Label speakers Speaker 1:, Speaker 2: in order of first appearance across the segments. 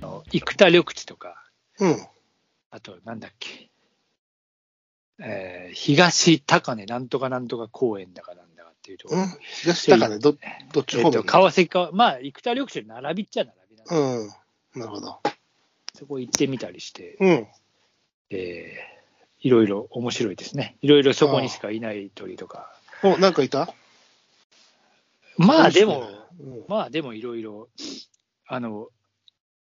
Speaker 1: ター緑地とか、
Speaker 2: うん。
Speaker 1: あと、なんだっけ、えー東高根なんとかなんとか公園だかなんだかっていうところ、
Speaker 2: うん。東だからね、ど、どっち
Speaker 1: え
Speaker 2: 方
Speaker 1: っ
Speaker 2: 面
Speaker 1: と川崎川、まあ、生田緑地で並びっちゃ並びなんで、
Speaker 2: うん。なるほど。
Speaker 1: そこ行ってみたりして、
Speaker 2: うん。
Speaker 1: えーいろいろ面白いですね。いろいろそこにしかいない鳥とか。
Speaker 2: お、なんかいた
Speaker 1: まあでも、、
Speaker 2: うん
Speaker 1: まあでもいろいろ、あの、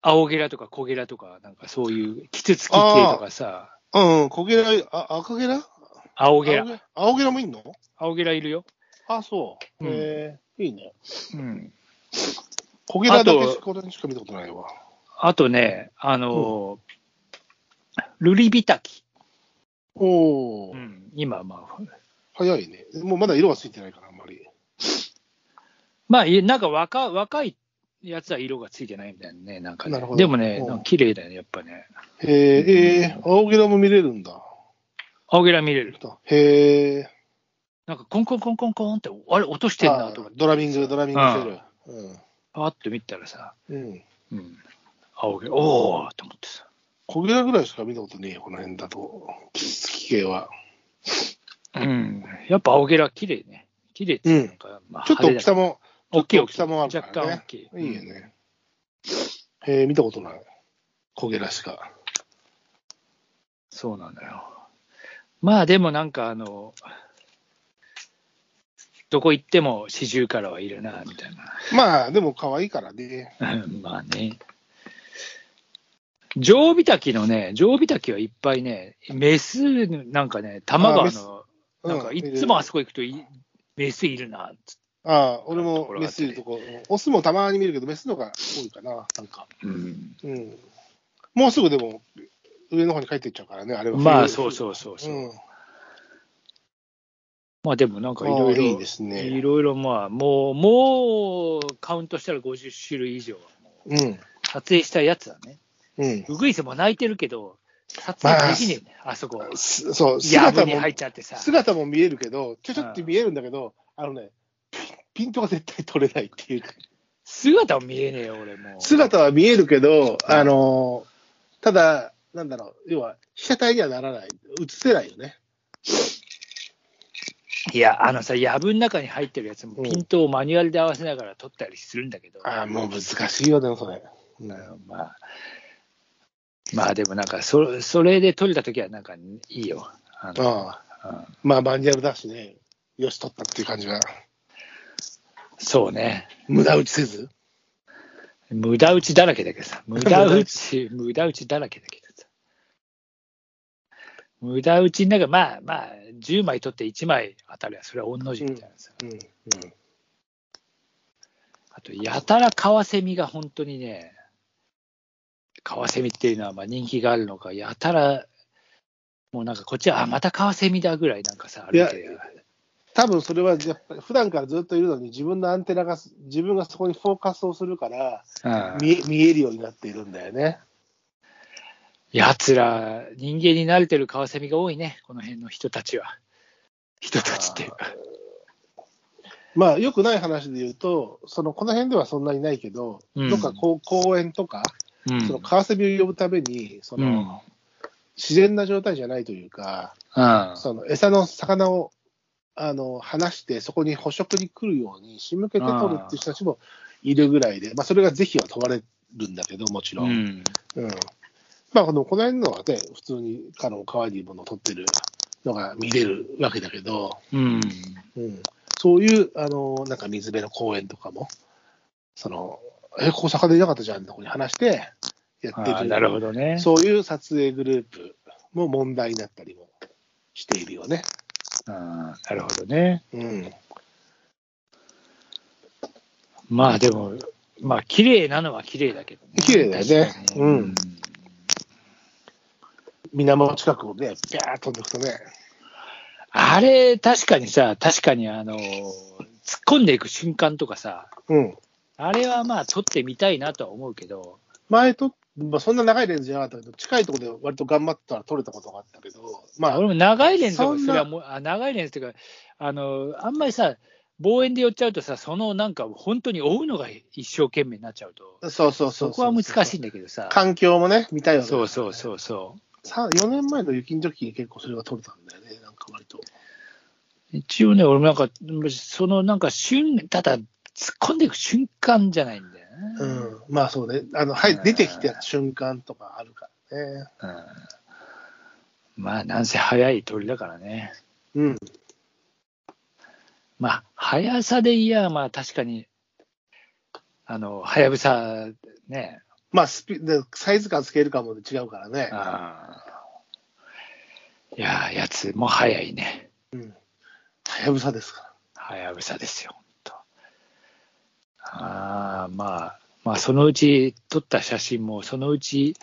Speaker 1: 青ゲラとか小ゲラとか、なんかそういう、キツツキ系とかさ、
Speaker 2: うん、小ゲラ、あ赤ゲラ
Speaker 1: 青
Speaker 2: 青
Speaker 1: ゲラ、
Speaker 2: 青ゲラもいんの
Speaker 1: 青ゲラいるよ。
Speaker 2: あ、そう。
Speaker 1: うん
Speaker 2: へえ、いいね。
Speaker 1: うん。
Speaker 2: 小ゲラだ
Speaker 1: あ
Speaker 2: け
Speaker 1: と
Speaker 2: これにしか見たことないわ。
Speaker 1: あとね、あの、ルリビタキ。
Speaker 2: おお、
Speaker 1: うん、今、まあ、
Speaker 2: 早いね。もうまだ色はついてないから、あんまり。
Speaker 1: まあ、いなんか若若いやつは色がついてないみたいなね、なんかね
Speaker 2: なるほど
Speaker 1: でもね、
Speaker 2: うん
Speaker 1: なんか綺麗だよね、やっぱね。
Speaker 2: へえ、えー、青ゲラも見れるんだ。
Speaker 1: 青ゲラ見れる。
Speaker 2: へえ。
Speaker 1: なんかコンコンコンコンコンって、あれ、落としてんなと
Speaker 2: あ
Speaker 1: か、
Speaker 2: ドラミング、ドラミングしてる。
Speaker 1: パーッと見たらさ、
Speaker 2: うん。うん。
Speaker 1: うん、青ゲラ、おーと思ってさ。
Speaker 2: 小ゲラぐらいしか見たことねえよ、この辺だと。キツツキ系は。
Speaker 1: うん、やっぱ青ゲラ綺麗ね。綺麗っていうか、まあ、
Speaker 2: ちょっと大
Speaker 1: 派
Speaker 2: き
Speaker 1: 手だ
Speaker 2: さも、
Speaker 1: 大きい大き
Speaker 2: ちょっと大きさもある
Speaker 1: 若
Speaker 2: から
Speaker 1: 干
Speaker 2: ね
Speaker 1: 大きい。
Speaker 2: いいよね。へえ、見たことない。小ゲラしか。
Speaker 1: そうなんだよ。まあでもなんかあの、どこ行っても四十からはいるな、みたい
Speaker 2: まあ、でも可愛いからね。
Speaker 1: な。 まあね。常備滝のね、常備滝はいっぱいね、メスなんかね、玉川の、
Speaker 2: う
Speaker 1: なんかいっつもあ
Speaker 2: いる
Speaker 1: そこ行くとい、メスいるな、つっ
Speaker 2: ああ、俺もメスいるとこ。オスもたまに見るけど、メスのが多いかな、なんか。
Speaker 1: てうん
Speaker 2: うん。もうすぐでも、上の方に帰っていっちゃうからね、あれは。
Speaker 1: まあそう
Speaker 2: う
Speaker 1: そうそうそう。
Speaker 2: ん。
Speaker 1: まあでもなんかい
Speaker 2: あ
Speaker 1: ろ
Speaker 2: あ
Speaker 1: いろ。
Speaker 2: いいですね。
Speaker 1: いろいろまあ、もう、もう、カウントしたら50種類以上はもう
Speaker 2: うん。
Speaker 1: 撮影したやつだね。
Speaker 2: うん。
Speaker 1: ウグイスも泣いてるけど、撮影できねえんだよ、あ、そこ。
Speaker 2: すそう、
Speaker 1: ヤブ
Speaker 2: 姿
Speaker 1: に
Speaker 2: も
Speaker 1: 入、っちゃってさ。
Speaker 2: 姿も見えるけど、ちょちょって見えるんだけど、あのね、ピントが絶対取れないっていうか。
Speaker 1: 姿は見えねえよ、俺もう。
Speaker 2: 姿は見えるけど、あのーただ、なんだろう、要は、被写体にはならない、映せないよね。
Speaker 1: いや、あのさ、ヤブの中に入ってるやつも
Speaker 2: うん
Speaker 1: ピントをマニュアルで合わせながら撮ったりするんだけど。
Speaker 2: ああ、もう難しいよ、でもそれ。うん
Speaker 1: まあ、まあでもなんかそ、それで撮れた時はなんかいいよ。あの
Speaker 2: ああまあ、マニュアルだしね、よし、撮ったっていう感じが、
Speaker 1: そうね。
Speaker 2: 無駄打ちせず。
Speaker 1: 無駄打ちだらけだけどさ、 無駄打ち、無駄打ちだらけだけどさ、無駄打ちの中、まあまあ、10枚取って1枚当たりゃ、それは御の字みたいなさ、
Speaker 2: うん。
Speaker 1: あと、やたらカワセミが本当にね、カワセミっていうのはまあ人気があるのか、やたら、もうなんかこっちは、あ、またカワセミだぐらいなんかさ、あ
Speaker 2: い
Speaker 1: る
Speaker 2: や
Speaker 1: けど、
Speaker 2: 多分それは、やっぱり、普段からずっといるのに、自分のアンテナが、自分がそこにフォーカスをするから、
Speaker 1: うん
Speaker 2: 見え見えるようになっているんだよね。
Speaker 1: やつら、人間に慣れてるカワセミが多いね、この辺の人たちは。人たちっていうか。
Speaker 2: まあ、よくない話で言うと、その、この辺ではそんなにないけど、
Speaker 1: うん
Speaker 2: どっかこう公園とか、
Speaker 1: うん
Speaker 2: そのカワセミを呼ぶために、その、
Speaker 1: うん
Speaker 2: 自然な状態じゃないというか、
Speaker 1: うん
Speaker 2: その餌の魚をあの離して、そこに捕食に来るように仕向けて取るっていう人たちもいるぐらいで、まあ、それが是非は問われるんだけど、もちろん。うん
Speaker 1: ん、
Speaker 2: まあ、このこの辺のはね、普通にあの川にものを取ってるのが見れるわけだけど、
Speaker 1: うん、
Speaker 2: うん、そういうあのなんか水辺の公園とかも、そのえ、ここ魚いなかったじゃんってとこに話してやって
Speaker 1: あー
Speaker 2: る
Speaker 1: なるほどね。
Speaker 2: そういう撮影グループも問題になったりもしているよね。
Speaker 1: あーなるほどね。
Speaker 2: うん。
Speaker 1: まあでも、まあ綺麗なのは綺麗だけど、ね
Speaker 2: 綺麗だよね
Speaker 1: 確かに
Speaker 2: うん水面近くをね、ビャーッと飛んでいくとね。
Speaker 1: あれ、確かにさ、確かにあの、突っ込んでいく瞬間とかさ、
Speaker 2: うん。
Speaker 1: あれはまあ撮ってみたいなとは思うけど、
Speaker 2: 前と、まあ、そんな長いレンズじゃなかったけど、近いところで割と頑張ったら撮れたことがあったけど、まあ、
Speaker 1: 俺も長いレンズと
Speaker 2: そ
Speaker 1: か
Speaker 2: んな
Speaker 1: それはもうあ長いレンズというか、あの、あんまりさ、望遠で寄っちゃうとさ、そのなんか本当に追うのが一生懸命になっちゃうと、
Speaker 2: そうそうそ。
Speaker 1: そうこは難しいんだけどさ、
Speaker 2: 環境もね、見たいよね。
Speaker 1: そうそうそうそ
Speaker 2: さ4年前の雪の時に結構それが取れたんだよね、なんか割と。
Speaker 1: う。一応ね、俺もなんか、そのなんか瞬、ただ突っ込んでいく瞬間じゃないんだよね。
Speaker 2: う
Speaker 1: うん
Speaker 2: ん、まあそうね、あのはい、
Speaker 1: うん
Speaker 2: 出てきた瞬間とかあるからね。
Speaker 1: まあ、なんせ早い鳥だからね。
Speaker 2: うん、
Speaker 1: まあ、速さでいや、まあ確かに、あの、はやぶさね、
Speaker 2: まあスピで、サイズ感、スケール感も違うからね。
Speaker 1: あーいやー、やつも速いね。
Speaker 2: うん。はやぶさですから。
Speaker 1: はやぶさですよ、ほんと。ああ、まあ、まあ、そのうち撮った写真も、そのうち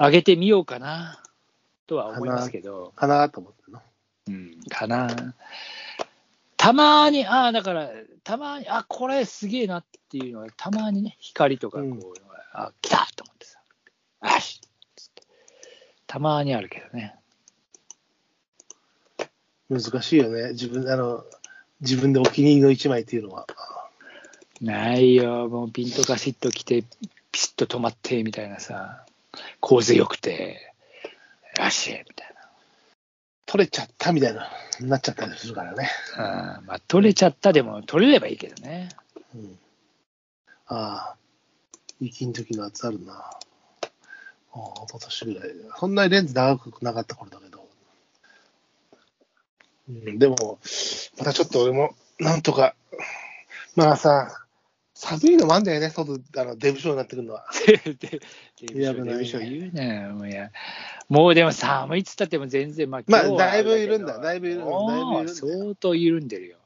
Speaker 1: 上げてみようかな、とは思いますけど、
Speaker 2: かなと思っての。
Speaker 1: うん、かな。たまーに、ああ、だから、たまーに、あこれすげえなっていうのは、たまーにね、光とかこう、
Speaker 2: うん
Speaker 1: あ来たと思ってさ、よしたまーにあるけどね。
Speaker 2: 難しいよね。自分、あの、自分でお気に入りの一枚っていうのは。
Speaker 1: ないよ、もうピンとガシッと来て、ピシッと止まって、みたいなさ、構図良くて、よし、みたい
Speaker 2: 取れちゃったみたいな、なっちゃったりするからね。
Speaker 1: な。うん、まあ、取れちゃったでも、取れればいいけどね。
Speaker 2: うん。ああ、雪の時のやつあるな。ああ、一昨年ぐらい。そんなにレンズ長くなかった頃だけど。うん、でも、またちょっと俺も、なんとか、まあさ、寒いのもあんだよね、外、あの、デブ症になってくるのは。
Speaker 1: で、
Speaker 2: いや危ないね
Speaker 1: 言うねもういや。もうでも寒いっつったっても全然、まあ、
Speaker 2: まあ
Speaker 1: 今日はれけど
Speaker 2: だいぶ緩んだだいぶ緩んだ
Speaker 1: もう
Speaker 2: だいぶ緩んだ
Speaker 1: 相当緩んでるよ。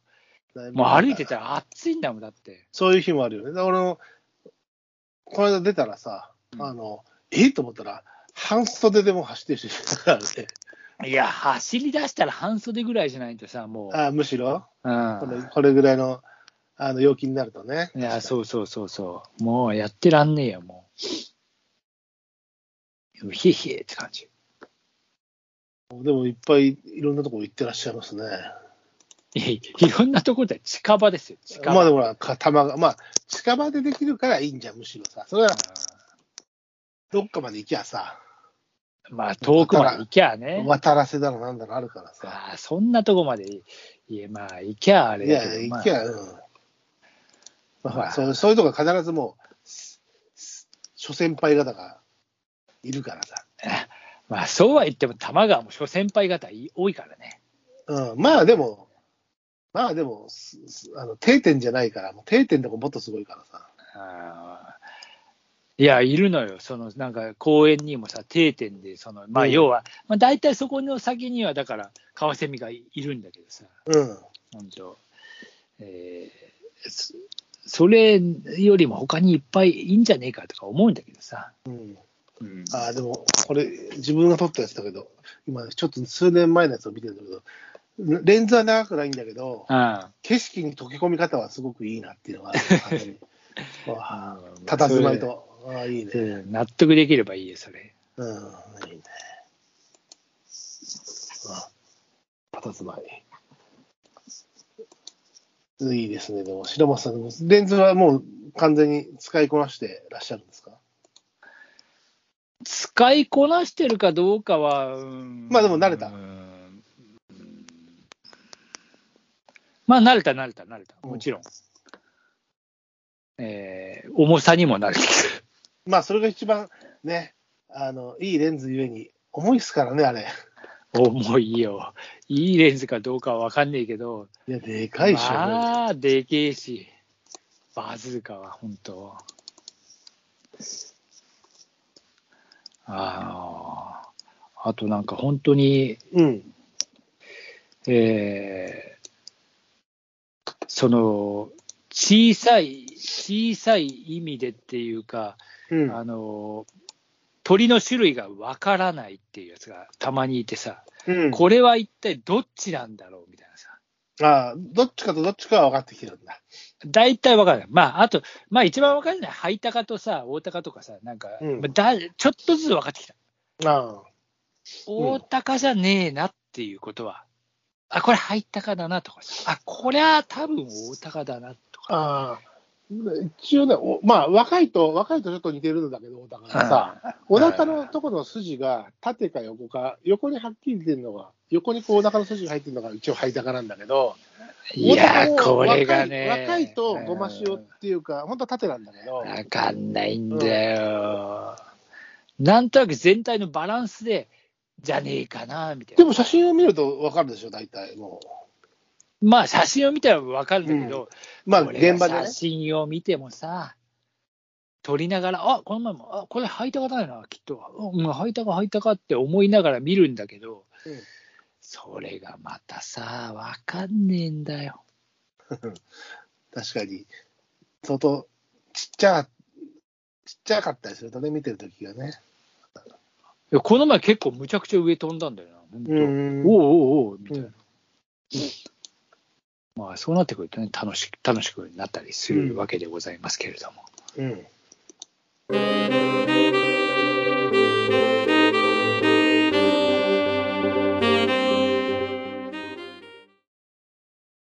Speaker 1: もう歩いてたら暑いんだもん、だって。
Speaker 2: そういう日もあるよね。だから俺も、この間出たらさ、
Speaker 1: うん
Speaker 2: あの、えっと思ったら、半袖でもう走ってる人いたか らね。
Speaker 1: いや、走り出したら半袖ぐらいじゃないとさ、もう。
Speaker 2: あむしろ、こ
Speaker 1: う
Speaker 2: れ
Speaker 1: ん
Speaker 2: これぐらいのあの陽気になるとね。
Speaker 1: いや、そうそうそうそう。もうやってらんねえよ、もう。ひえひえって感 じ。
Speaker 2: でもいっぱいいろんなとこ行ってらっしゃいますね。
Speaker 1: いやいろんなところで近場ですよ、近場。
Speaker 2: まあでもほら、か玉が、まあ、近場でできるからいいんじゃん、むしろさ。それはどっかまで行きゃさ、
Speaker 1: うんまあ、遠くまで行きゃね。
Speaker 2: 渡らせだろなんだろあるからさ。
Speaker 1: ああそんなとこまでい、いや、まあ、行きゃあれ
Speaker 2: い
Speaker 1: だ
Speaker 2: や、
Speaker 1: けど、ま
Speaker 2: 行
Speaker 1: あ
Speaker 2: きゃ、うん。まあほ
Speaker 1: まあ
Speaker 2: ら、そうそういうとこは必ずもう、すす諸先輩方がいるからさ。
Speaker 1: まあ、そうは言っても、玉川も諸先輩方い多いからね。
Speaker 2: うん、まあでも、まあでも、すすあの定点じゃないから、もう定点とかもっとすごいからさ。
Speaker 1: ああいや、いるのよ、そのなんか公園にもさ、定点で、そのまあ、
Speaker 2: うん
Speaker 1: 要は、まあ、大体そこの先には、だから、カワセミがいいるんだけどさ、
Speaker 2: うん。
Speaker 1: 本当、えーそそれよりも他にいっぱいいいんじゃねえかとか思うんだけどさ。
Speaker 2: うん、
Speaker 1: うん
Speaker 2: ああ、でも、これ、自分が撮ったやつだけど、今、ちょっと数年前のやつを見てるんだけど、レンズは長くないんだけど、
Speaker 1: あ
Speaker 2: 景色に溶け込み方はすごくいいなっていうのがある、完 全にわあ
Speaker 1: あ
Speaker 2: たたずまい。と、ああ、いい
Speaker 1: それ
Speaker 2: ね。
Speaker 1: うん納得できればいいよ、それ。
Speaker 2: うん、いいね。あたたずまい。いいですね、でも、白松さんでも、レンズはもう完全に使いこなしてらっしゃるんですか
Speaker 1: 使いこなしてるかどうかは、うん
Speaker 2: まあでも慣れた
Speaker 1: うんまあ慣れた、慣れた、慣れた、もちろん。えー重さにも慣れてきてる。
Speaker 2: まあ、それが一番ね、あの、いいレンズゆえに、重いっすからね、あれ。
Speaker 1: 重いよ。いいレンズかどうかは分かんないけど、
Speaker 2: いや、でかいっしょ、ね。
Speaker 1: まあ、でけえし、バズーカは本当。ああ、あとなんか本当に、
Speaker 2: うん。
Speaker 1: えーその小さい小さい意味でっていうか、
Speaker 2: うん。
Speaker 1: あの鳥の種類がわからないっていうやつがたまにいてさ、
Speaker 2: うん、
Speaker 1: これは一体どっちなんだろうみたいなさ
Speaker 2: ああ、どっちかとどっちかは分かってきてるんだ。
Speaker 1: 大体わからない、まあ、あと、まあ、一番わからないハイタカとさオオタカとかさなんか、
Speaker 2: うん
Speaker 1: まあだちょっとずつ分かってきた
Speaker 2: ああ。
Speaker 1: オオタカじゃねえなっていうことはあ、これ入ったかだなとか、あ、こりゃ多分大高だなとか。
Speaker 2: あー一応ね、おまあ、若いと、若いとちょっと似てるんだけど、小高がさ、お腹のところの筋が縦か横か、横にはっきり出てるのが、横にこうお腹の筋が入ってるのが一応ハイタカなんだけど、
Speaker 1: いやー、
Speaker 2: 小
Speaker 1: こ
Speaker 2: 高も
Speaker 1: れがね。
Speaker 2: 若い若いとごま塩っ
Speaker 1: うん
Speaker 2: ていうか、本当は縦なんだけど、
Speaker 1: わかんないんだよ。なんとなく全体のバランスで、じゃねえかな、みたいな。
Speaker 2: でも写真を見ると分かるでしょ、大体も
Speaker 1: まあ、写真を見たらわかるんだけど、
Speaker 2: う。まあ、
Speaker 1: これが
Speaker 2: 現場でね
Speaker 1: 写。真を見てもさ、撮りながら、あこの前も、あこれ履いたかないな、きっと、うん、履いたか履いたかって思いながら見るんだけど、
Speaker 2: うん
Speaker 1: それがまたさ、わかんねえんだよ。
Speaker 2: 確かに、相当ちっちゃ、ちっちゃかったりするとね、見てるときがね。
Speaker 1: いやこの前結構むちゃくちゃ上飛んだんだよな、本当。
Speaker 2: うん
Speaker 1: おうおうおうみたいな。
Speaker 2: うん
Speaker 1: まあそうなってくるとね、楽し楽しくなったりするわけでございますけれども。
Speaker 2: うん